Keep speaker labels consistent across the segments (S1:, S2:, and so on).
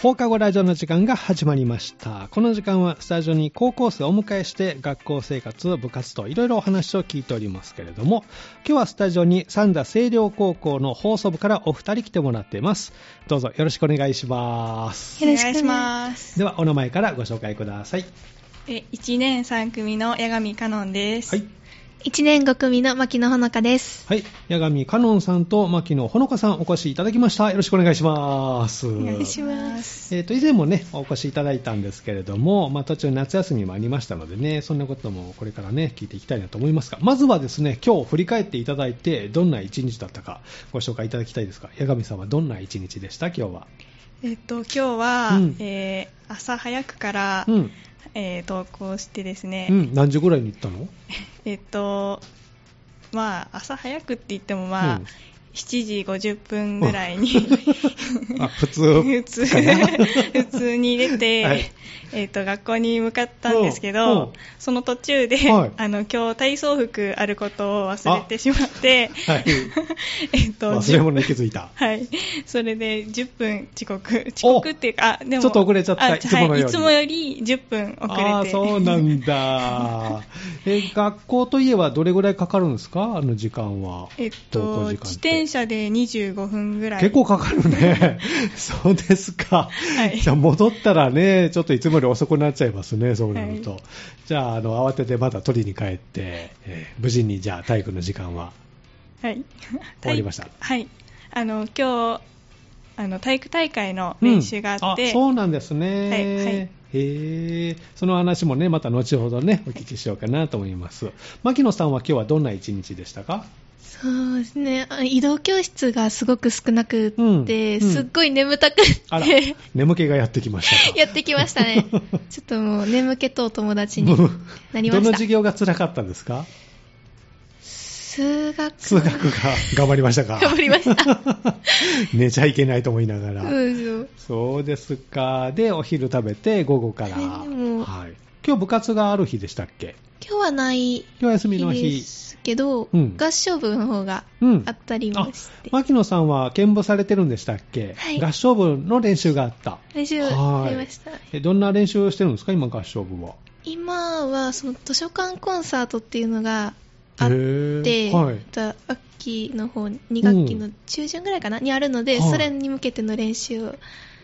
S1: 放課後ラジオの時間が始まりました。この時間はスタジオに高校生をお迎えして学校生活、部活といろいろお話を聞いておりますけれども、今日はスタジオに三田清涼高校の放送部からお二人来てもらっています。どうぞよろしくお願いします。
S2: よろしく
S3: お願いします。
S1: ではお名前からご紹介ください。
S3: え、1年3組の八神かのんです。
S1: はい。
S2: 1年5組の牧野ほのかです。
S1: はい。八神かのんさんと牧野ほのかさんお越しいただきました。よろしくお願いします。
S3: お願いし
S2: ま
S3: ます。
S1: えー、と以前もねお越しいただいたんですけれども、まあ、途中夏休みもありましたのでねそんなこともこれからね聞いていきたいなと思いますがまずはですね今日振り返っていただいてどんな一日だったかご紹介いただきたいですが八神さんはどんな一日でした今日は、
S3: えっと、今日は、
S1: うん
S3: えー朝早くから、
S1: うん
S3: えー投稿してですね、
S1: うん、何時ぐらいに行ったの
S3: えっと、まあ、朝早くって言っても、まあ、
S1: うん
S3: 7時50分ぐらいに、
S1: あ普通
S3: 普通、
S1: かな
S3: 普通に出て、
S1: はい
S3: えっと、学校に向かったんですけ
S1: うんうん
S3: ど、その途中で、
S1: はい
S3: あの、今日体操服あることを忘れてしまって、
S1: はい
S3: えっと、
S1: 忘れ物に気づいた
S3: はい。それで、10分遅刻。遅刻っていうか、あ、でも。
S1: ちょっと遅れちゃった
S3: あはいい
S1: つものように
S3: いつもより10分 遅れて。
S1: ああそうなん だえ学校といえばどれぐらいかかるんですかあの時間は
S3: えっ
S1: 登校
S3: と、
S1: 時間
S3: 自転車で25分ぐらい。
S1: 結構かかる ね。そうですか。
S3: はい
S1: じゃあ戻ったらね、ちょっといつもより遅くなっちゃいますね、そうなると。
S3: はい
S1: じゃあ、あの、慌ててまた取りに帰って、えー無事に、じゃあ体育の時間は。
S3: はい。
S1: 終わりました
S3: 体育 はい。あの、今日、あの、体育大会の練習があっ
S1: うん
S3: て、
S1: そうなんですね。
S3: はいはい
S1: へえ、その話もね、また後ほどね、お聞きしようかなと思います。牧野さんは今日はどんな一日でしたか
S2: そうですね。あ移動教室がすごく少なくっ
S1: う
S2: て、
S1: んうん
S2: すっごい眠たくっ
S1: あ ら
S2: て、、
S1: 眠気がやってきましたか。
S2: やってきまし たね。ちょっともう眠気とお友達になりま
S1: どの
S2: した。
S1: 授業が辛かったんですか
S2: 数学。
S1: 数学が頑張りました か
S2: 頑張りま した。
S1: 寝ちゃいけないと思いながら、
S2: うんそう
S1: そうですかでお昼食べて午後から、
S2: はいでも
S1: はい、今日部活がある日でしたっけ
S2: 今日はない
S1: 今日は休みの
S2: 日
S1: 日
S2: ですけど、
S1: うん
S2: 合唱部の方が
S1: うん
S2: あったりまして、
S1: 牧野さんは兼部されてるんでしたっけ、
S2: はい
S1: 合唱部の練習があった
S2: 練習ありました。
S1: えどんな練習をしてるんですか今合唱部は
S2: 今はその図書館コンサートっていうのがあっ
S1: へー
S2: て、
S1: はい
S2: また秋の方に2学期の中旬ぐらいかな、にあるので、
S1: はい
S2: それに向けての練習を
S1: お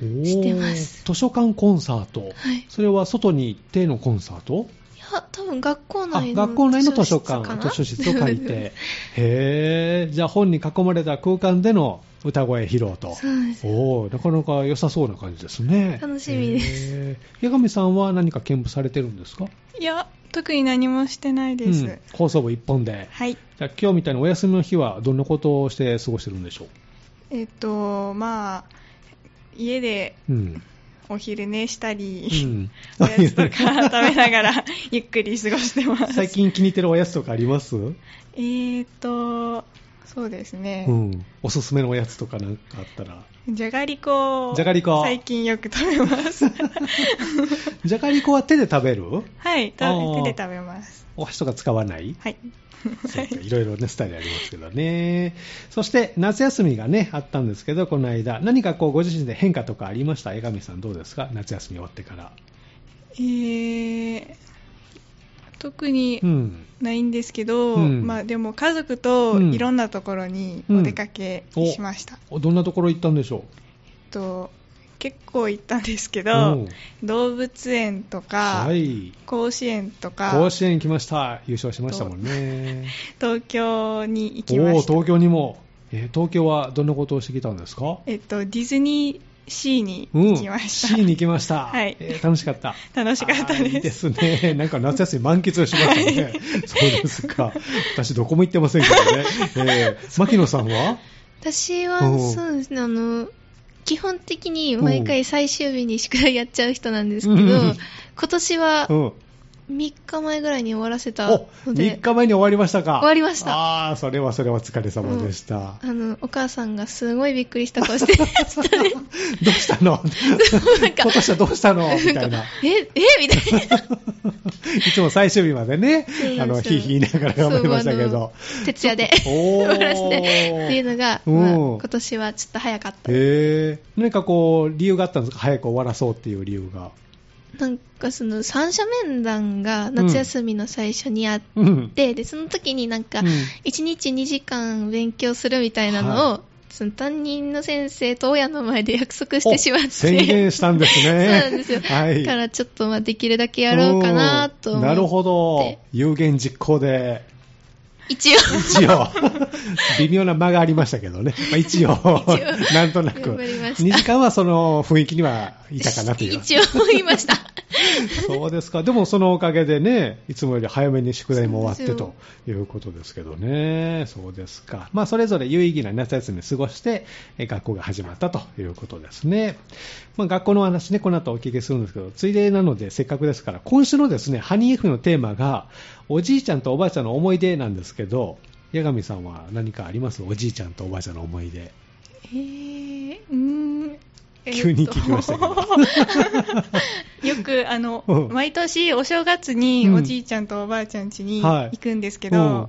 S1: ー
S2: してます
S1: 図書館コンサート、
S2: はい
S1: それは外に行ってのコンサート
S2: いや多分学校
S1: あ
S2: 内の
S1: 学校内の図書
S2: か
S1: 館、
S2: な
S1: 図書室を借り て、へえ、じゃあ本に囲まれた空間での歌声披露と、
S2: そうです
S1: おお、なかなか良さそうな感じですね。
S2: 楽しみです
S1: す。八神さんは何か見舞されてるんですか
S3: いや、特に何もしてないです。
S1: うん、放送部一本で。
S3: はい。
S1: じゃあ今日みたいなお休みの日はどんなことをして過ごしてるんでしょう
S3: えっと、まあ、家で
S1: うん。
S3: お昼寝したり、
S1: うん
S3: おやつとか食べながらゆっくり過ごしてます。
S1: 最近気に入ってるおやつとかあります、
S3: えーと、そうですね。
S1: うん。おすすめのおやつとかなんかあったら。
S3: じゃがりこを
S1: じゃがりこ
S3: 最近よく食べ ます。
S1: じゃがりこは手で食べる
S3: はい、
S1: あー
S3: と手で食べます。
S1: お箸とか使わない
S3: はい。
S1: そうかいろいろね、スタイルありますけどね。そして、夏休みがね、あったんですけど、この間、何かこう、ご自身で変化とかありました江上さん、どうですか夏休み終わってから。
S3: えー、特に
S1: うん。
S3: ないんですけど、
S1: うん
S3: まあでも家族といろんなところにお出かけ
S1: うん
S3: しました。
S1: おどんなところ行ったんでしょ
S3: と結構行ったんですけ
S1: うう
S3: ど
S1: ん、
S3: 動物園とか、
S1: はい。
S3: 甲子園とか、
S1: 甲子園来ました。優勝しましたもんね。
S3: 東京に行
S1: お
S3: きま
S1: おー
S3: した。
S1: 東京にも。えー東京はどんなことをしてきたんですか
S3: えっと、ディズニーシーに
S1: うん。
S3: 行きました。
S1: C に行きました。
S3: はい
S1: えー楽しかった。
S3: 楽しかった
S1: あーいい
S3: で。
S1: ですすね。 なんか夏休み満喫をしましたね。そうですか。私どこも行ってませんけどね。えー、牧野さんは
S2: 私は
S1: おう
S2: そうですねあの基本的に毎回最終日に宿題やっちゃう人なんですけ
S1: う
S2: ど
S1: ん
S2: 今年は
S1: うん。
S2: 3日前ぐらいに終わらせた
S1: お、
S2: の
S1: 3
S2: で、
S1: 日前に終わりましたか。
S2: 終わりました
S1: ああ、それはそれはお疲れ様で した。
S2: あの、お母さんがすごいびっくりした顔してましたね。
S1: どうしたの
S2: なんか
S1: 今、年はどうしたのみたいな。
S2: え、えみたいな。
S1: いつも最終日までね
S2: そうなんです、よ
S1: あの、ひいひい言いながら頑張りましたけ
S2: そうあ
S1: ど
S2: の。徹夜で
S1: ちょっとおー
S2: 終わらせてっていうのが、まあ
S1: うん
S2: 今年はちょっと早かった。
S1: へえ。何かこう、理由があったんですか早く終わらそうっていう理由が。
S2: なんかその三者面談が夏休みの最初にあっ
S1: うん。
S2: て、で、その時になんか
S1: うん、
S2: 1日2時間勉強するみたいなのを、その担任の先生と親の前で約束してしまって。
S1: お宣言したんです
S2: そう
S1: ね。
S2: なんですよ。
S1: はい。
S2: だからちょっとまあできるだけやろうかなと思
S1: う
S2: っ
S1: ん
S2: て。
S1: なるほど。有言実行で。
S2: 一応。
S1: 一 応、微妙な間がありましたけどね、まあ、一応、なんとなく、
S2: 頑張りました
S1: 2時間はその雰囲気にはいたかなという、
S2: 一応言いました。
S1: そうですか、でもそのおかげでね、いつもより早めに宿題も終わって
S2: そうなん
S1: ということですけどね、そうですか、まあ、それぞれ有意義な夏休みを過ごして、え学校が始まったということですね、まあ、学校のお話ね、この後お聞きするんですけど、ついでなので、せっかくですから、今週のですね、ハニー F のテーマが、おじいちゃんとおばあちゃんの思い出なんですけど、八神さんは何かありますおじいちゃんとおばあちゃんの思い出。
S3: えー、うーん。えーっと
S1: 急に聞きました けど
S3: よくあの、
S1: うん
S3: 毎年お正月
S1: う
S3: に
S1: ん
S3: おじいちゃんとおばあちゃん家に
S1: はい
S3: 行くんですけど、
S1: うん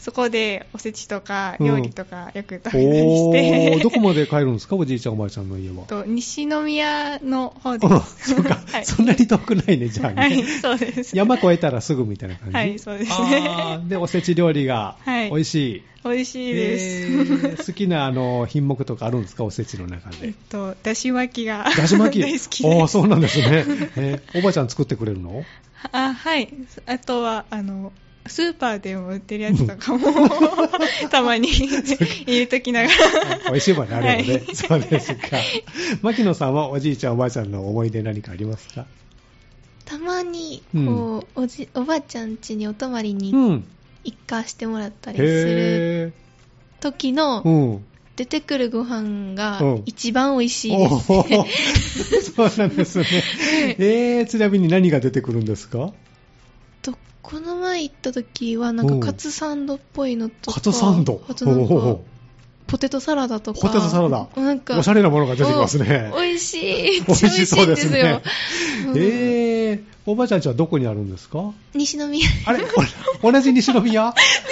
S3: そこでおせちとか
S1: うん
S3: 料理とかよく食べたり
S1: お
S3: して、
S1: ー、どこまで帰るんですかおじいちゃんおばあちゃんの家は。
S3: と西宮の方で
S1: あ
S3: す。
S1: そうか、
S3: はい、
S1: そんなに遠くないね、じゃあね。
S3: はい、そうです。
S1: 山越えたらすぐみたいな感じ。
S3: はいそうですね
S1: あーで、おせち料理が
S3: はい
S1: 美味しい。
S3: 美味しいです。
S1: えー好きなあの品目とかあるんですか、おせちの中
S3: えっ
S1: で。
S3: と、だし巻きが
S1: だし巻き。
S3: 大好き
S1: あ
S3: で
S1: あ、
S3: す。
S1: そうなんですね。えーおばあちゃん作ってくれるの
S3: あ、はい。あとは、あの、スーパーでも売ってるやつとかも、 たまに入れときながら。
S1: 美味しいものあるので、
S3: はい
S1: そうですか。牧野さんはおじいちゃん、おばあちゃんの思い出何かありますか
S2: たまに、こう、おじ、おばあちゃん家にお泊まりに
S1: うん。
S2: 一家してもらったりする
S1: へ
S2: 時
S1: ぇ
S2: の、
S1: うん。
S2: 出てくるご飯が
S1: うん
S2: 一番美味しいです。
S1: おー そうなんですね。えー、ちなみに何が出てくるんですか
S2: とこの前行った時は、なんかカツサンドっぽいのとか。
S1: カツサンド。
S2: あとなんか
S1: おー
S2: ポテトサラダとか。
S1: ポテトサラダ
S2: なんか。
S1: おしゃれなものが出てきますね。
S2: お美味しい。めっ
S1: 美
S2: ち
S1: 味
S2: ゃ美味
S1: し
S2: しい
S1: そうん
S2: で
S1: ですす
S2: よ
S1: ね。。
S2: うん
S1: えー、おばあちゃんちはどこにあるんですか
S2: 西 宮。
S1: あれお 同じ西宮
S2: 西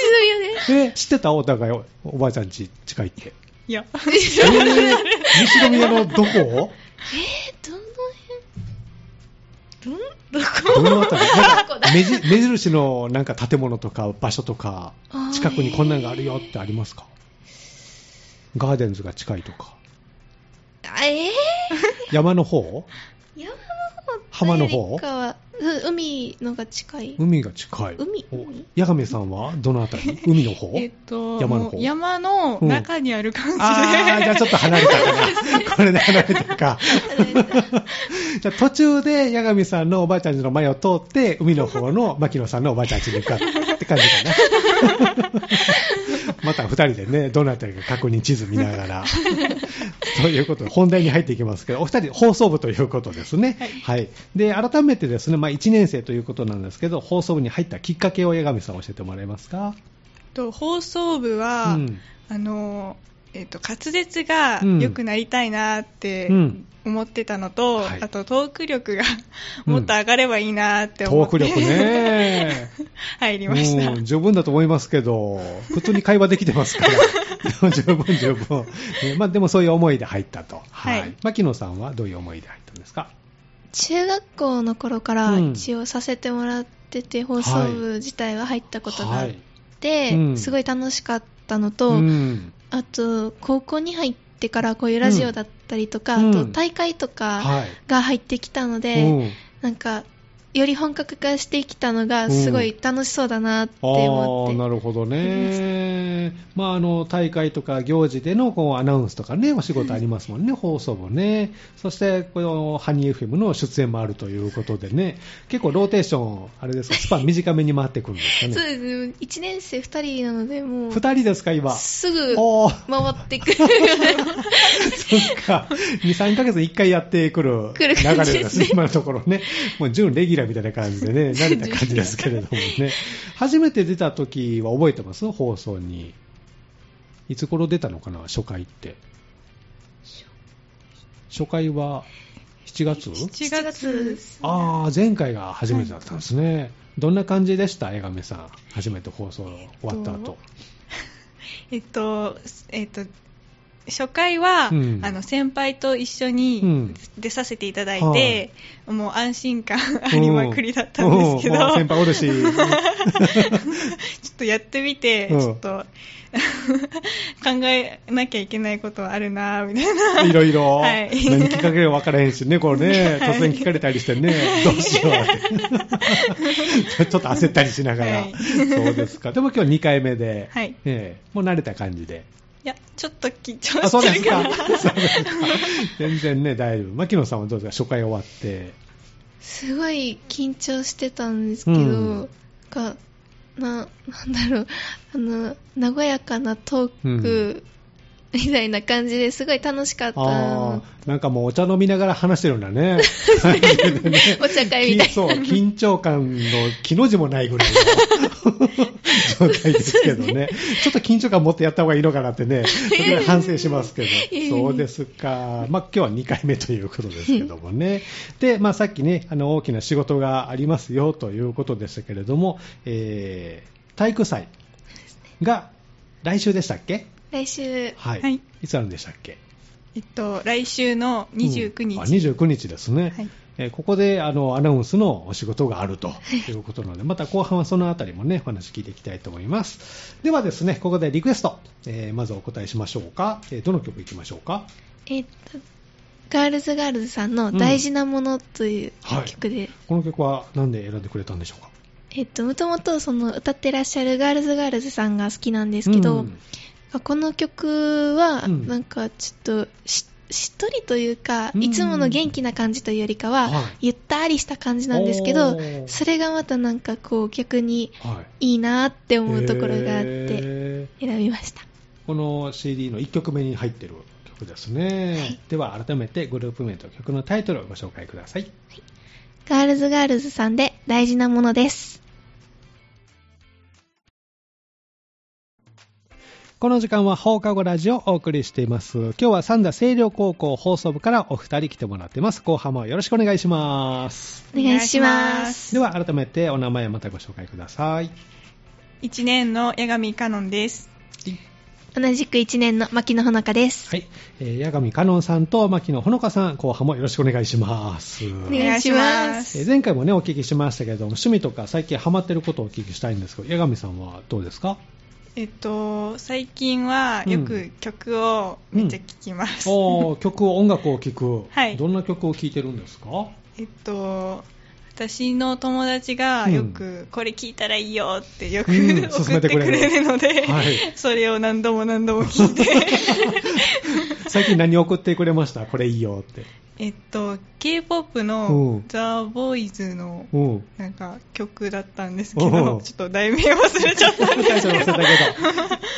S2: 宮
S1: え、
S2: ね。
S1: 知ってたお互いおおばあちゃんち近いって。
S3: いや、
S1: えー、西宮のどこ
S2: え、どの辺どん、ど
S1: ど
S2: こ
S1: のあたりなんか
S2: どこだ
S1: 目じ目印のなんか建物とか場所とか
S2: あー
S1: 近くにこんなのがあるよってありますかガーデンズが近いとか
S2: あえ
S1: 山の方
S2: ー、山の方
S1: 浜の方
S2: というよりかはうん海のが近い。
S1: 海が近い
S2: 海
S1: お
S2: 海
S1: 八神さんはどのあたり海の方
S3: えっと、
S1: 山の
S3: も
S1: 方
S3: う山の中にある感じで、
S1: あーじゃあちょっと離れたかなこれで離れた かじゃあ途中で八神さんのおばあちゃん家の前を通って海の方の牧野さんのおばあちゃん家に行くかって感じか なまた二人でねどのあたりか確認地図見ながらということで本題に入っていきますけどお二人放送部ということですねはい、で改めてですね、まあ、1年生ということなんですけど放送部に入ったきっかけを八神さん教えてもらえますか
S3: と放送部は、
S1: うん
S3: あの、えっと、滑舌が
S1: うん
S3: 良くなりたいなって
S1: うん
S3: 思ってたのと、
S1: はい
S3: あとトーク力が
S1: うん
S3: もっと上がればいいなって
S1: ト
S3: 思っ
S1: ー
S3: て、
S1: ク力ね
S3: 入りました。
S1: うん十分だと思いますけど、普通に会話できてます から、十分十分、ねまあ、でもそういう思いで入ったと、はい
S3: はい
S1: 牧野さんはどういう思いで入ったんですか、
S2: 中学校の頃から
S1: うん
S2: 一応させてもらってて、放送部自体は入ったことがあっ
S1: はい
S2: て、
S1: うん
S2: すごい楽しかったのと、
S1: うん
S2: あと高校に入ってからこういうラジオだったりとか、
S1: うん
S2: あと大会とか
S1: はい
S2: が入ってきたので、
S1: うん
S2: なんかより本格化してきたの
S1: う
S2: が
S1: ん
S2: すごい楽しそうだなって
S1: あ
S2: 思っ
S1: ー
S2: て、
S1: なるほどね、まあ、あの大会とか行事でのこうアナウンスとかね、お仕事ありますもんね、放送もね、そしてこのハニー FM の出演もあるということでね、結構ローテーション、あれですか、スパン短めに回ってくるんですかね、
S2: そうですね1年生2人なのでもう
S1: 2人ですか、今。
S2: すぐ
S1: おー
S2: 回ってくる
S1: そう か。2、3ヶ月に1回やってくる流れ
S2: 来る感じですね
S1: 今のところね。もう準レギュラーみたいな感じでね、慣れた感じですけれどもね。初めて出た時は覚えてます放送に。いつ頃出たのかな初回って。初回は7月
S3: 7
S2: 7
S3: 月
S2: す
S1: ああ、前回が初めてだったんですね。どんな感じでした江上さん。初めて放送終わった後。
S3: えっと、えっと、初回は、
S1: うん
S3: あの先輩と一緒
S1: う
S3: に
S1: ん
S3: 出させていただいて、もう安心感ありまくりだったんですけど、
S1: う
S3: ち
S1: もう
S3: ょ
S1: 先輩おるし。
S3: っとやってみて、
S1: うん
S3: ちょっと 考えなきゃいけないことはあるなぁみたいな。
S1: いろいろ。
S3: はい
S1: 何きっかけか分からへんしね、これね、
S3: はい
S1: 突然聞かれたりしてね、どうしようって。 ちょっと焦ったりしながら。
S3: はい
S1: そうですか。でも今日2回目で、
S3: はい。い
S1: ええもう慣れた感じで。
S3: や、ちょっと緊張
S1: あ、そうで
S3: して
S1: す
S3: るか
S1: か。
S3: ら。
S1: そうですか全然ね、大丈夫。牧野さんはどうですか初回終わって。
S2: すごい緊張してたんですけど、
S1: うん
S2: かななんだろうあの和やかなトークみたいな感じですごい楽しかった、
S1: ああ、なんかもうお茶飲みながら話してるんだ ね。
S2: お茶会みたい
S1: そう、緊張感の気の字もないぐらい の状態ですけどねちょっと緊張感持ってやった方がいいのかなってね、時々反省します けど、
S2: え
S1: そうですか。まあ今日は2回目ということですけどもね。で、まあさっきね、あの大きな仕事がありますよということでしたけれども、えー、体育祭が来週でしたっけ
S2: な来週
S1: はい。
S3: はいい、
S1: つあるんでしたっけ
S3: えっと、来週の29
S1: うんあ
S3: 日。
S1: 29日ですね。
S3: はい
S1: えーここであのアナウンスのお仕事があるということなので、また後半はそのあたりもね、お話聞いていきたいと思います。ではですね、ここでリクエスト、えーまずお答えしましょうか。えーどの曲いきましょうか。
S2: えっとガールズガールズさんの「大事なもの」という曲で、
S1: この曲は何で選んでくれたんでしょうか。
S2: えっともともとその歌ってらっしゃるガールズガールズさんが好きなんですけど、
S1: うん
S2: この曲は
S1: うん
S2: なんかちょっとし,、しっとりというか、
S1: うん
S2: いつもの元気な感じというよりかは、
S1: は
S2: ゆったりした感じなんですけど
S1: おー
S2: それがまたなんかこう逆に
S1: はい。
S2: いいなって思うところがあって
S1: えー
S2: 選びました、
S1: この CD の1曲目に入っている曲ですね。では改めてグループ名と曲のタイトルをご紹介ください。
S2: ガールズガールズさんで大事なものです
S1: この時間は放課後ラジオをお送りしています。今日は三田清涼高校放送部からお二人来てもらってます。後半もよろしくお願いします。
S2: お願いし
S3: お願いし
S2: ま
S3: ます
S1: では改めてお名前またご紹介ください。
S3: 1年の八神かのんです。
S2: 同じく1年の牧野ほのかです、
S1: はい。えー、矢上香音さんと牧野ほのかさん、後半もよろしくお願いします。
S2: お願いしま
S1: えー前回もね、お聞きしましたけれども、趣味とか最近ハマってることをお聞きしたいんですけど、矢上さんはどうです か
S3: えっと、最近はよく曲をめっちゃ聴きます。
S1: おー曲を、音楽を聴く。
S3: はい
S1: どんな曲を聴いてるんですか
S3: えっと、私の友達がよくこれ聴いたらいいよってよく、
S1: うん
S3: 送ってくれるので、
S1: はい
S3: それを何度も何度も聴いて、
S1: 最近何送ってくれましたこれいいよって。
S3: えっと、K-POP
S1: う
S3: の
S1: ん
S3: The Boys の
S1: うん。
S3: なんか曲だったんですけ
S1: お
S3: ど、
S1: う
S3: ちょっと題名忘れちゃ ったん
S1: タ
S3: で
S1: イ
S3: す
S1: トル忘れ
S3: け
S1: た
S3: ど
S1: け。ど、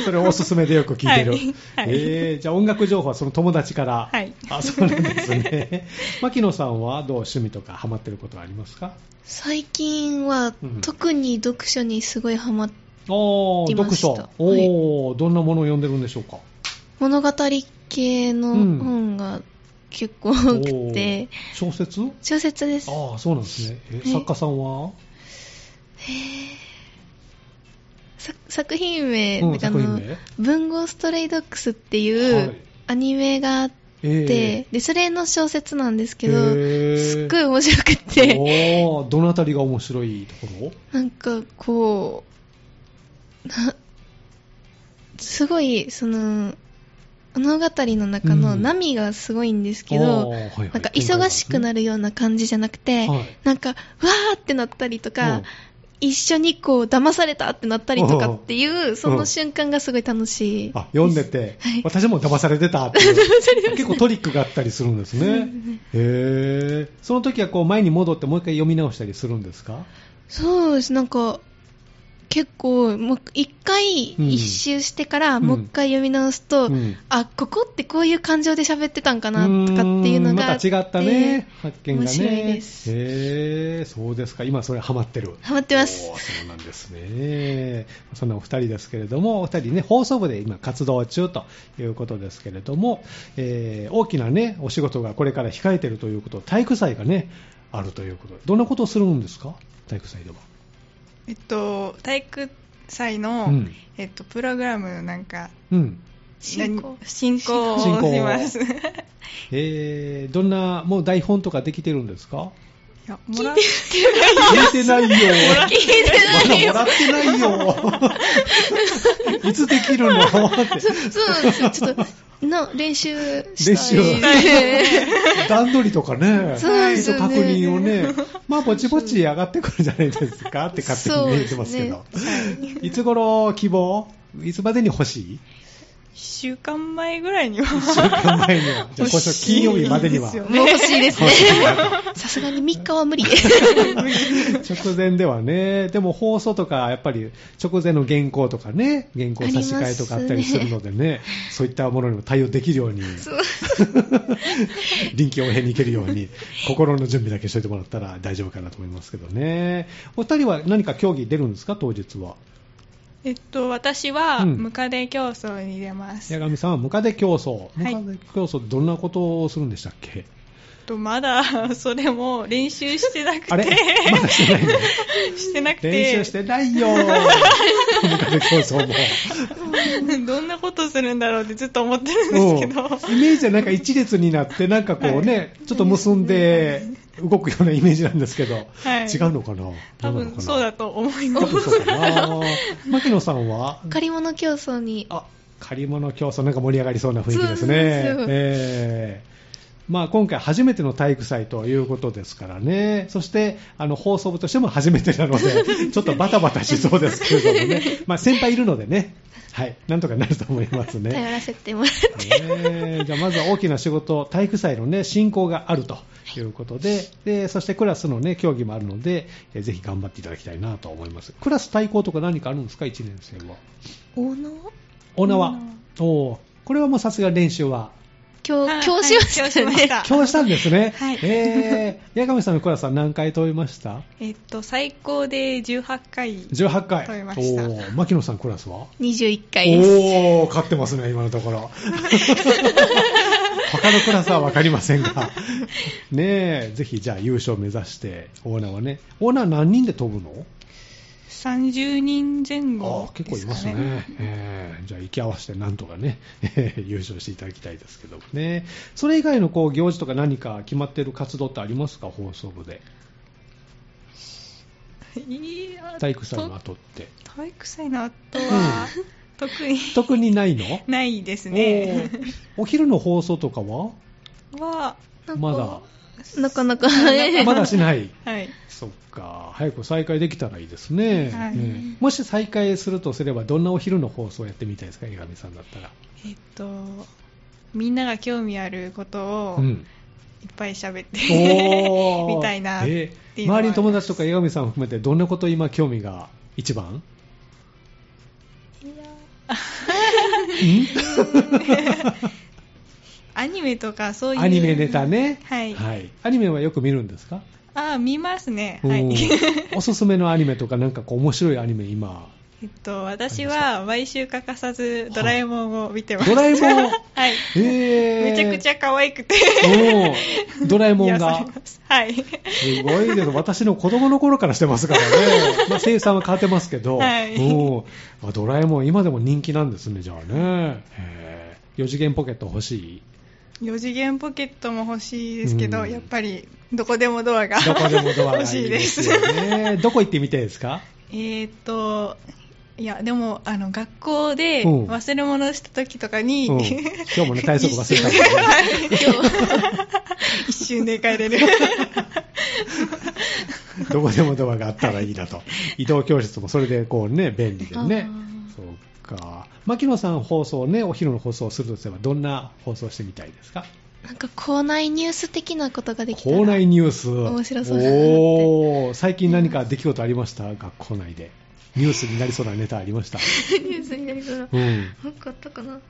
S1: それをおすすめでよく聞いてる。
S3: はいはい
S1: えーじゃあ音楽情報はその友達から。
S3: はい
S1: あ、そうなんですね。牧野さんはどう趣味とかハマってることはありますか
S2: 最近は
S1: うん
S2: 特に読書にすごいハマっ
S1: おー、
S2: いま
S1: 読
S2: した
S1: 書。おー、どんなものを読んでるんでしょうか
S2: 物語系の
S1: うん
S2: 本が結構多くて、
S1: おー小説
S2: 小説です
S1: ああ、そうなんですね。え
S2: い
S1: 作家さんは
S2: さ作品名,、
S1: うん
S2: なんかあ
S1: 作品
S2: の
S1: 名
S2: 文豪ストレイドックスっていう
S1: はい
S2: アニメがあって、
S1: え
S2: でそれの小説なんですけど、
S1: へー
S2: すっごい面白く
S1: え
S2: て
S1: おー、どのあたりが面白いとこ
S2: なんかこうなすごいその物語の中
S1: う
S2: の
S1: ん
S2: 波がすごいんです
S1: ろ
S2: けど、
S1: おーはいはい
S2: なんか忙しくなるような感じじゃなくて、
S1: はい
S2: なんか、わーってなったりと
S1: う
S2: か
S1: ん、
S2: 一緒にこう、騙されたってなったりとか
S1: おう
S2: っていう、その瞬間がすごい楽しい。
S1: あ 読んでて、
S2: はい
S1: 私も騙されてたっていう 結構トリックがあったりするんですね。へえ。その時はこう前に戻ってもう一回読み直したりするんですか
S2: そうです、なんか、結構、もう一回
S1: うん
S2: 一周してから、
S1: うん
S2: もう一回読み直すと、
S1: うん
S2: あ、ここってこういう感情で喋ってたんかな、とかっていうの
S1: ん
S2: があ
S1: ま
S2: ったて。
S1: 違ったね。発見がね。
S2: 面白いです
S1: へえ、そうですか。今それハマってる。
S2: ハマってます
S1: おーそうなんですね。そんなお二人ですけれども、お二人ね、放送部で今活動中ということですけれども、えー大きなね、お仕事がこれから控えてるということ、体育祭がね、あるということで。どんなことをするんですか体育祭では。
S3: えっと、体育祭の、
S1: うん
S3: えっと、プログラムのなんか、
S1: うん。
S2: 進行
S3: 何進行を
S1: 進行
S3: し ます。い
S1: えーどんな、もう台本とかできてるんですか
S3: や、も ら
S1: 聞いてないよ。
S2: 聞いてないよ
S1: まだもらってない よ。いつできるのって。
S2: そうなんですよ。ちょっと、の、練習したい。
S1: 練習 段取りとかね。
S2: そうなんですよね
S1: 確認をね。まあ、ぼちぼち上がってくるんじゃないですかって勝手に見えてますけど
S2: そう。
S1: いつ頃希望いつまでに欲しい
S3: 1週間前ぐらいには。
S1: 1週間前には。じゃあ、今
S3: 欲
S1: 週
S3: しい
S1: 金曜日までには
S3: です。よ
S2: もう欲しいですね。さすがに3日は無 理。
S1: 直前ではね、でも放送とか、やっぱり直前の原稿とかね、原稿差し替えとかあったりするのでね、そういったものにも対応できるように、
S2: そう
S1: 臨機応変にいけるように、心の準備だけしといてもらったら大丈夫かなと思いますけどね。お二人は何か競技出るんですか、当日は。
S3: えっと、私は、
S1: うん
S3: ムカデ競争に出ます。
S1: 八
S3: えっ
S1: 神さんはムカデ競争。ム
S3: はい
S1: カデ競争、どんなことをするんでしたっけ、
S3: と、まだ、 それも練習してなく
S1: あれ
S3: て、
S1: まだしてないの
S3: してなくて、
S1: 練習してないよ。ムカデ競争も。
S3: どんなことするんだろうってずっと思ってるんですけ
S1: う
S3: ど、
S1: んイメージはなんか一列になって、なんかこうね、ちょっと結んで動くようなイメージなんですけど、
S3: はい
S1: 違うのかな どなのか
S3: 多分
S1: な
S3: そうだと思いま
S1: 多
S3: す。
S1: 分そうか な。牧野さんは
S2: 借り物競争に。
S1: あ、借り物競争なんか盛り上がりそうな雰囲気ですね。
S2: そうそうそう
S1: ええまあ今回初めての体育祭ということですからね。そして、あの、放送部としても初めてなの で、ちょっとバタバタしそうですけれどもね。まあ先輩いるのでね。はい。なんとかなると思います ね。
S2: 頼らせてもらっ
S1: ねえじゃあまずは大きな仕事、体育祭の、ね、進行があるということで、でそしてクラスの、ね、競技もあるので、えーぜひ頑張っていただきたいなと思います。クラス対抗とか何かあるんですか、1年生は。
S2: 大野
S1: オーナー
S3: オー
S1: は
S3: ナ
S1: おーこれはもうさすが練習は。
S2: 今
S3: はい
S2: 日、教師をした
S3: はい教師し
S2: ね
S3: ま。
S1: 今日したんですね。
S3: はい
S1: えー、八神さんのクラスは何回飛びました
S3: えっと、最高で18回。
S1: ?18 回。
S3: 飛びました
S1: おー牧野さんクラスは
S2: 21回です。
S1: おー、勝ってますね、今のとこ ろ。他のクラスは分かりませんが。ねえ、ぜひじゃあ優勝目指して、オーナーはね。オーナー何人で飛ぶの
S3: 30人前
S1: あ
S3: 後
S1: あ
S3: で
S1: 結構い
S3: すか、ね、
S1: ますね、ええじゃあ、行き合わせてなんとかね、 ええ優勝していただきたいですけどもね、それ以外のこう行事とか何か決まってる活動ってありますか、放送部で、
S3: いや
S1: 体育祭の後って、
S3: と体育祭の後は、特に
S1: 特にないの
S3: ないですね。
S1: おーお昼の放送とかは、
S3: は、
S2: なんか
S1: まだ、
S2: なかなか。
S1: まだしない。
S3: はい。
S1: そっか、早く再開できたらいいですね、
S3: はい
S1: うんもし再開するとすれば、どんなお昼の放送をやってみたいですか、江上さんだったら。
S3: えっと、みんなが興味あることを
S1: う
S3: いっ
S1: ん
S3: ぱい喋って、
S1: おー
S3: みたいな
S1: え
S3: っ
S1: ー
S3: ていうのは
S1: 周りの友達とか江上さんを含めてどんなこと今興味が一番
S3: アニメとかそういう。
S1: アニメネタね、
S3: はい
S1: アニメはよく見るんですか、
S3: ああ、見ますね。は
S1: う
S3: い。
S1: んおすすめのアニメとかなんかこう面白いアニメ今
S3: えっと、私は毎週欠かさずドラえもんを見てます。
S1: ドラえもん
S3: はい。
S1: えー
S3: めちゃくちゃ可愛くて。
S1: おードラえもん
S3: 癒さ
S1: が
S3: れますはい。
S1: すごいです。私の子供の頃からしてますからね。 まあ、生産は変わってますけど。
S3: はい
S1: うんあドラえもん、今でも人気なんですね、じゃあね。へー四次元ポケット欲しい
S3: 4次元ポケットも欲しいですけど、
S1: うん
S3: やっぱりどこでもドアが
S1: どこでもドアが
S3: 欲
S1: い
S3: し
S1: いで
S3: いですす。
S1: よね。どこ行ってみたいですか
S3: えーっと、いや、でも、あの、学校で
S1: うん
S3: 忘れ物した時とか
S1: うん
S3: に、
S1: 今日もね、体操服忘れたんで、 ね。
S3: 一瞬で帰 れる。
S1: どこでもドアがあったらいいなと。移動教室もそれでこうね、便利でね。そうか。牧野さん放送ね、お昼の放送をするとすれば、どんな放送してみたいですか
S2: なんか校内ニュース的なことができたら。
S1: 校内ニュース
S2: 面白そうだなって
S1: おー最近何か出来事ありました学校内でニュースになりそうなネタありま した。
S2: ニュースになり そうな。
S1: うん。
S2: なんかあったかなう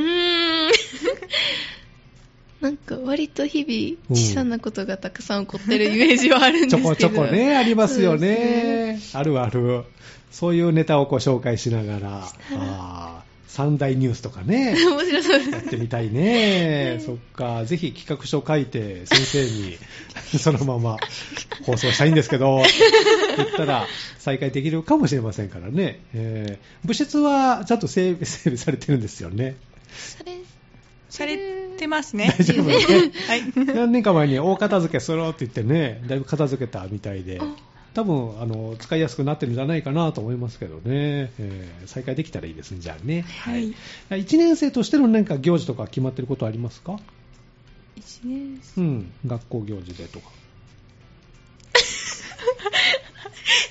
S2: ーん。 なんか割と日々、小さなことがたくさん起こってるイメージはあるんで
S1: ち
S2: す
S1: ょ
S2: けど。
S1: こちょこね、ありますよ
S2: そう
S1: ね。あるある。そういうネタをご紹介しながら、あー三大ニュースとかね、
S2: ですね。面白そうです
S1: やってみたいね。そっか、ぜひ企画書書いて、先生に そのまま放送したいんですけど、って言ったら再開できるかもしれませんからね。えー物質はちゃんと整備整備されてるんですよね。
S2: それ
S3: されてますね。
S1: 大丈夫ですね。
S3: はい。
S1: 何年か前に大片付けするって言ってね、だいぶ片付けたみたいで、多分あの使いやすくなってるんじゃないかなと思いますけどね、えー再開できたらいいですね、じゃあね。
S3: はい。
S1: 1年生としての何か行事とか決まってることありますか
S3: 一年生
S1: うん、学校行事でとか。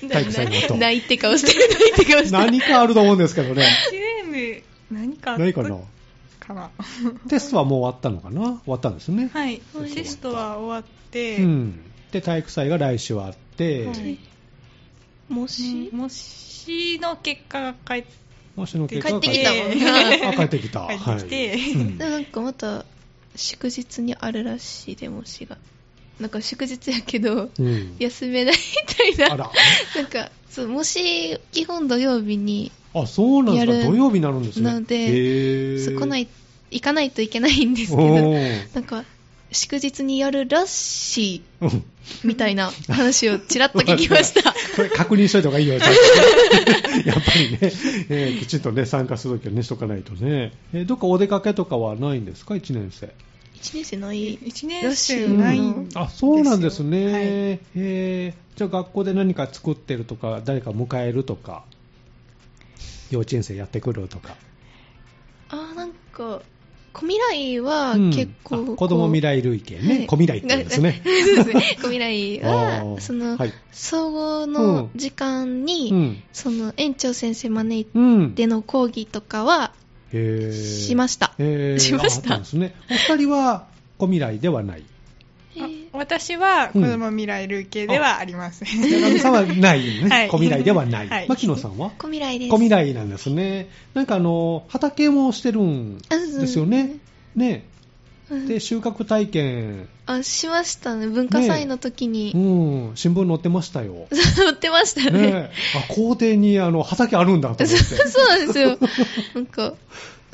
S1: 体育祭の後
S2: 泣泣いて顔してる、泣いて顔してる。
S1: 何かあると思うんですけど ね。
S3: 一年部何かあった
S1: 何かな
S3: かな
S1: テストはもう終わったのかな終わったんですね。
S3: はい
S2: はい。
S3: テストは終わって、
S1: うん。で、体育祭が来週あって、
S2: はいもし、
S3: 模試の結果が返って
S1: もしの結
S2: 帰
S1: 果が
S2: って
S1: 返
S2: き
S1: ったて
S2: もんな。
S1: あ、帰ってきた。
S3: 帰ってきて
S1: はいうん
S2: でなんかまた祝日にあるらしいでもしがなんか祝日やけど
S1: うん
S2: 休めないみたいな
S1: あら。
S2: なんかそうもし基本土曜日に
S1: あ、そうなんです
S2: や
S1: か。
S2: る
S1: 土曜日になるんですね。
S2: なので
S1: へー、
S2: そう来ないい行かないといけないんですけどなんか祝日にやるらしいみたいな話をちらっと聞きま した
S1: これ確認しといた方がいいよ、ち ゃんとやっぱりね、えーきちんとね、参加するときはね、しとかないとね。えーどっかお出かけとかはないんですか、1年生。
S2: 1年生ない
S3: 一年生ないん
S1: あ、そうなんですね。
S3: ですよはい
S1: えーじゃあ学校で何か作ってるとか、誰か迎えるとか、幼稚園生やってくるとか。
S2: あーなんか小未来は
S1: うん
S2: 結構、
S1: あ子供未来類型ね、
S2: はい
S1: 小未来って言うんですね。
S2: そうですね小未来
S1: あー
S2: はその、
S1: はい
S2: 総合
S1: うん
S2: の時間に、
S1: うん。
S2: その園長先生招い
S1: うん。
S2: ての講義とかは
S1: へー
S2: しました。
S1: えー
S2: しました
S1: ああったんですね。お二人は、小未来では ない。
S2: えー
S3: あ私は子供未来類型ではありません、
S1: 八神さんはない、ね
S3: はい
S1: 小未来ではない。
S3: はい
S1: 牧野さんは
S2: 小未来です。
S1: 小未来なんですね。なんかあの、畑もしてるん
S2: うん
S1: ですよね。ね。
S2: うん
S1: で、収穫体験、
S2: あ、しましたね。文化祭の時に、
S1: うん、新聞載ってましたよ。
S2: 乗ってましたね。
S1: ねあ、校庭にあの、畑あるんだと思って。
S2: そうなんですよ。なんか、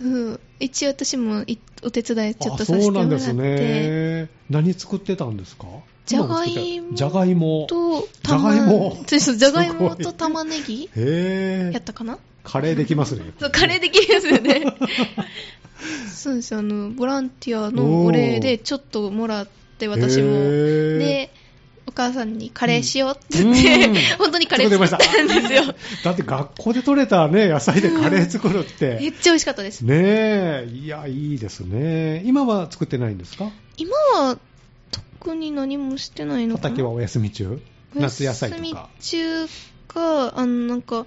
S2: うん、一応私もいお手伝いちょっと
S1: あ、
S2: させ
S1: そ
S2: て
S1: う
S2: もら
S1: なん
S2: って、
S1: ですね。何作ってたんですか
S2: じゃがいも
S1: じゃがいも。
S2: と、
S1: じゃがいも
S2: そうそうじゃがいも
S1: すごい
S2: と玉ねぎ
S1: へ
S2: やっ
S1: ー。
S2: たかな
S1: カレーできますね。
S2: そう、カレーできるですよね。 そうですよ、あの、ボランティアのお礼でちょっともらって、私
S1: へ
S2: も。
S1: ー
S2: で、お母さんにカレーしようって言って、
S1: うん
S2: 本当にカレー作ったんですよ。
S1: だって学校で取れたね、野菜でカレー作るっ。
S2: めってちゃ美味しかったです。
S1: ねえ、いや、いいですね。今は作ってないんですか
S2: 今は特に何もしてないのかな
S1: 畑はお休み中夏野菜とか。
S2: 休み中か、あの、なんか、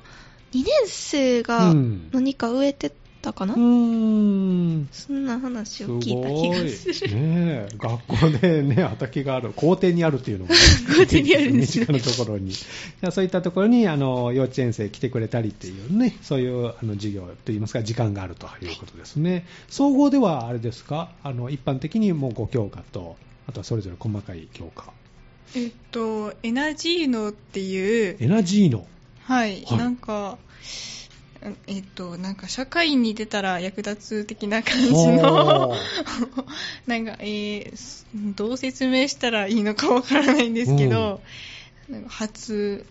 S2: 2年生が
S1: うん
S2: 何か植えてたか
S1: う
S2: な、
S1: ーん。
S2: そんな話
S1: す
S2: を
S1: ご
S2: 聞いた気がする。
S1: い。ねえ、学校でね、畑がある、校庭にあるっていうのも、ね、
S2: 校庭にあるん
S1: 身
S2: ですね
S1: 近なところに。いやそういったところに、あの、幼稚園生来てくれたりっていうね、そういう、あの、授業といいますか、時間があるということですね。総合では、あれですか、あの、一般的にもう5教科と、あとはそれぞれ細かい教科。
S3: えっとエナジーノっていう
S1: エナジーノ。
S3: はい、
S1: はい
S3: なんかうんえっとなんか社会に出たら役立つ的な感じ
S1: お
S3: の
S1: ー
S3: なんか、えーすどう説明したらいいのかわからないんですけど、なんか発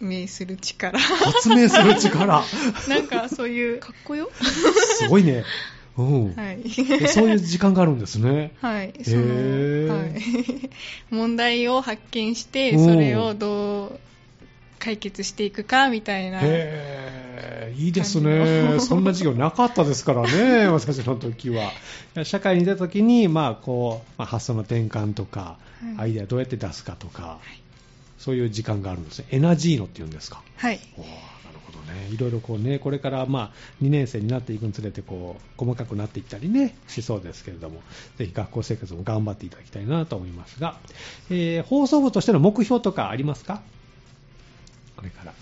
S3: 明する力
S1: 発明する力。
S3: なんかそういう
S2: かっこよ。
S1: すごいね。 うん。
S3: はい
S1: えそういう時間があるんですね。
S3: はい、
S1: へ
S3: その、
S1: ー
S3: はい、 問題を発見して、
S1: うん
S3: それをどう解決していくかみたいな、
S1: へえ、いいです
S3: 感
S1: ね。
S3: じの
S1: そんな授業なかったですから ね、私の時は。いや社会に出た時に、まあ、こう、まあ、発想の転換とか、
S3: はい
S1: アイデアどうやって出すかとか、そういう時間があるんですね。エナジーノっていうんですか。
S3: はい、
S1: おーなるほどね。いろいろこうね、これからまあ2年生になっていくにつれてこう細かくなっていったりね、しそうですけれども、ぜひ学校生活も頑張っていただきたいなと思いますが、えー放送部としての目標とかありますかこれから。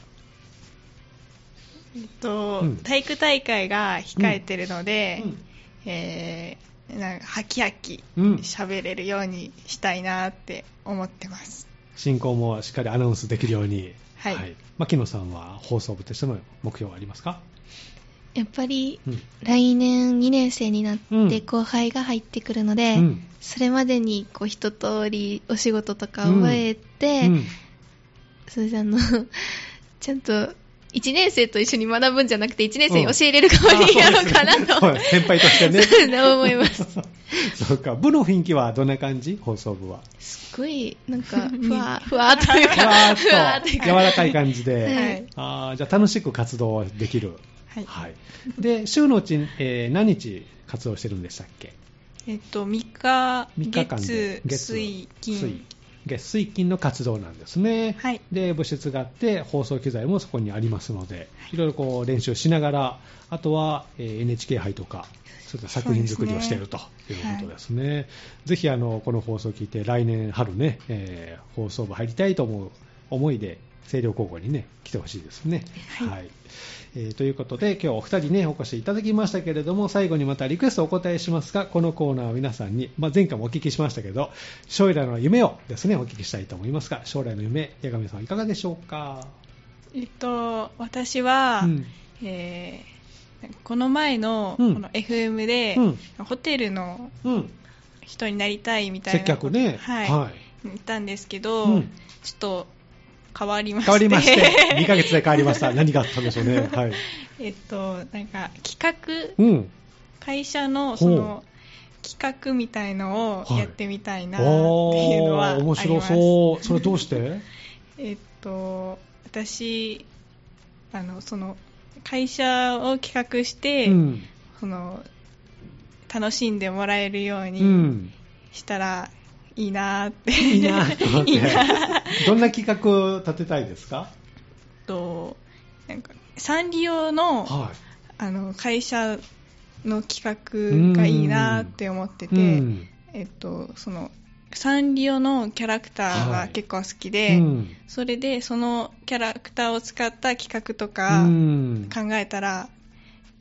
S3: えっと、
S1: うん
S3: 体育大会が控えてるので、
S1: うん
S3: えーなんかハキハキ
S1: うん
S3: 喋れるようにしたいなって思ってます。
S1: 進行もしっかりアナウンスできるように。
S3: はい
S1: 牧野さんは放送部としての目標はありますか、
S2: やっぱり
S1: うん
S2: 来年2年生になっ
S1: うん
S2: て後輩が入ってくるので、
S1: うん
S2: それまでにこう一通りお仕事とか覚えて、
S1: うん
S2: それじゃあの ちゃんと1年生と一緒に学ぶんじゃなくて1年生に教えれる代わりにやろうかなと、
S1: はい先輩としてね。
S2: そうね思います。
S1: そうか。部の雰囲気はどんな感じ放送部は。
S2: すごいな んかふわふわというか
S1: ふわーっと
S2: ふわーというか
S1: 柔らかい感じで、
S2: はい
S1: あーじゃあ楽しく活動できる、
S3: はい。
S1: で週のうち、えー何日活動してるんでしたっけ
S3: えっと、3日、
S1: 3日間で
S3: 月、水、金。
S1: 月水金の活動なんですね、
S3: はい
S1: で部室があって放送機材もそこにありますのでいろいろこう練習しながらあとは、えー NHK 杯とかそういった作品作りをしているということですねぜひあのこの放送を聞いて来年春ね、えー放送部入りたいと思う思いで清涼高校にね来てほしいですねはい、えーということで今日お二人ねお越しいただきましたけれども最後にまたリクエストお答えしますがこのコーナーは皆さんに、まあ、前回もお聞きしましたけど将来の夢をですねお聞きしたいと思いますが将来の夢八神さんいかがでしょうか
S3: えっと、私は、
S1: うん
S3: えーこの前の、
S1: うん
S3: この FM で、ホテルの
S1: うん
S3: 人になりたいみたいな
S1: 接客ね
S3: はい、
S1: はい
S3: 言ったんですけど、
S1: うん
S3: ちょっと変わりまして
S1: 変わりま して、2ヶ月 で変わりました。何があったんでしょうね。はい。
S3: えっとなんか企画、
S1: うん。
S3: 会社のその企画みたいのをやってみたいなっていうのはあ
S1: ー
S3: り
S1: 面
S3: ます、
S1: 白そう。それどうして
S3: えっと私あのその会社を企画して、
S1: うん。
S3: その楽しんでもらえるよう
S1: う
S3: に
S1: ん。
S3: したらいいなーって、
S1: いい なと思って。どんな企画立てたいですか
S3: となんかサンリオの,、
S1: は
S3: あの会社の企画がいいなって思って
S1: い。
S3: て、
S1: うん。
S3: えっと、そのサンリオのキャラクター
S1: は
S3: が
S1: い
S3: 結構好きで、
S1: うん
S3: それでそのキャラクターを使った企画と
S1: う
S3: か
S1: ん
S3: 考えたら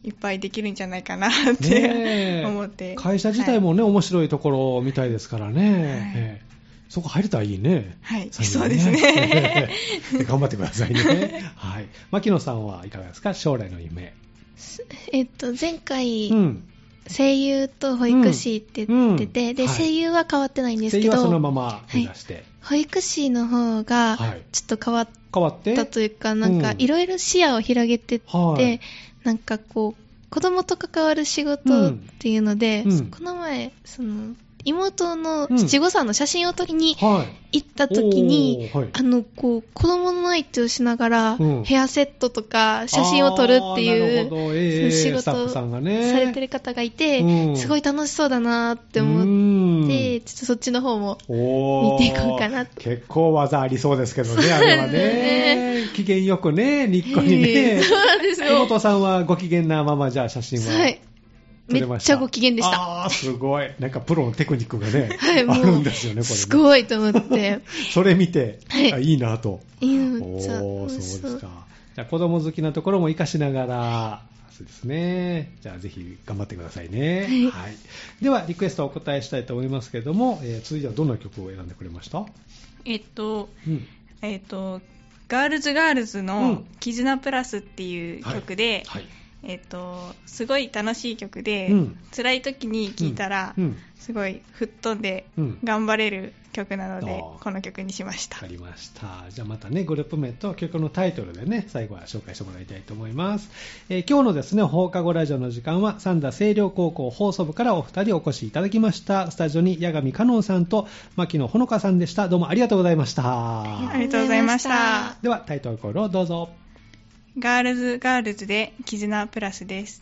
S3: いっぱいできるんじゃないかなっ
S1: ね
S3: て
S1: え
S3: 思って
S1: 会社自体もね、面白いところみたいですからね。ええそこ入れたらいいね。
S3: はい、はい
S1: 最後
S3: そ
S1: に
S3: うで すね
S1: ええ頑張ってくださいね。はい。牧野さんはいかがですか将来の夢。
S2: えっと前回、
S1: うん。
S2: 声優と保育士って言ってて、
S1: うん
S2: で
S1: はい
S2: 声優は変わってないんです
S1: 声
S2: け
S1: 優は
S2: ど、
S1: そのまま目指して、
S2: 保育士の方が
S1: はい
S2: ちょっと変わっ
S1: 変わって
S2: たというか、なんか
S1: うん
S2: いろいろ視野を広げてって、
S1: はい
S2: なんかこう子供と関わる仕事っていうので、
S1: うんうん
S2: この前その妹の七五三の写真を撮りに
S1: はい
S2: 行った時に、
S1: おーはい
S2: あのこう子供の相手をしながら、
S1: うん
S2: ヘアセットとか写真を撮るってい
S1: あーなるほ
S2: う
S1: どええ
S2: その仕事
S1: スタッフさんがね
S2: されてる方がいて、
S1: うん
S2: すごい楽しそうだなって
S1: う
S2: 思っ
S1: ん
S2: て、ちょっとそっちの方も
S1: おー
S2: 見ていこうかなと
S1: 結構技ありそうですけど ね、あれは
S2: そうで
S1: ね。機嫌よくね、にっこり
S2: え
S1: ね
S2: え。 そうなんですよ
S1: 妹さんはご機嫌なまま、じゃあ写真は。
S2: はい
S1: 撮
S2: め
S1: れ
S2: っ
S1: まし
S2: ち
S1: た
S2: ゃご機嫌でした。
S1: あーすごい。なんかプロのテクニックがね、
S2: はい、
S1: あ
S2: もう、
S1: るんですよね、これね。
S2: すごいと思 って。
S1: それ見て、
S2: はい
S1: あいいなと。
S2: いやめっちゃ
S1: おー、
S2: 楽し
S1: そうで
S2: そ
S1: す
S2: う。
S1: か。じゃあ子供好きなところも活かしながら、そうですね。じゃあぜひ頑張ってくださいね。
S2: はい
S1: では、リクエストお答えしたいと思いますけれども、えー続いてはどんな曲を選んでくれました
S3: えっと
S1: うん。
S3: えっとガールズガールズ
S1: う
S3: の
S1: ん
S3: 「絆プラス」っていう曲で、
S1: はい。
S3: えっとすごい楽しい曲で、
S1: うん
S3: 辛い時に聴いたら、
S1: うん。
S3: すごい吹っ飛んで
S1: うん
S3: 頑張れる曲なので、
S1: あー
S3: この曲にしました
S1: わかりました。じゃあまたね、グループ名と曲のタイトルでね、最後は紹介してもらいたいと思います。えー今日のですね、放課後ラジオの時間は、三田清涼高校放送部からお二人お越しいただきました。スタジオに八神香音さんと牧野ほのかさんでした。どうもありがとうございました
S3: あ。りがとうございました
S1: では、タイトルコールをどうぞ。
S3: ガールズガールズで絆プラスです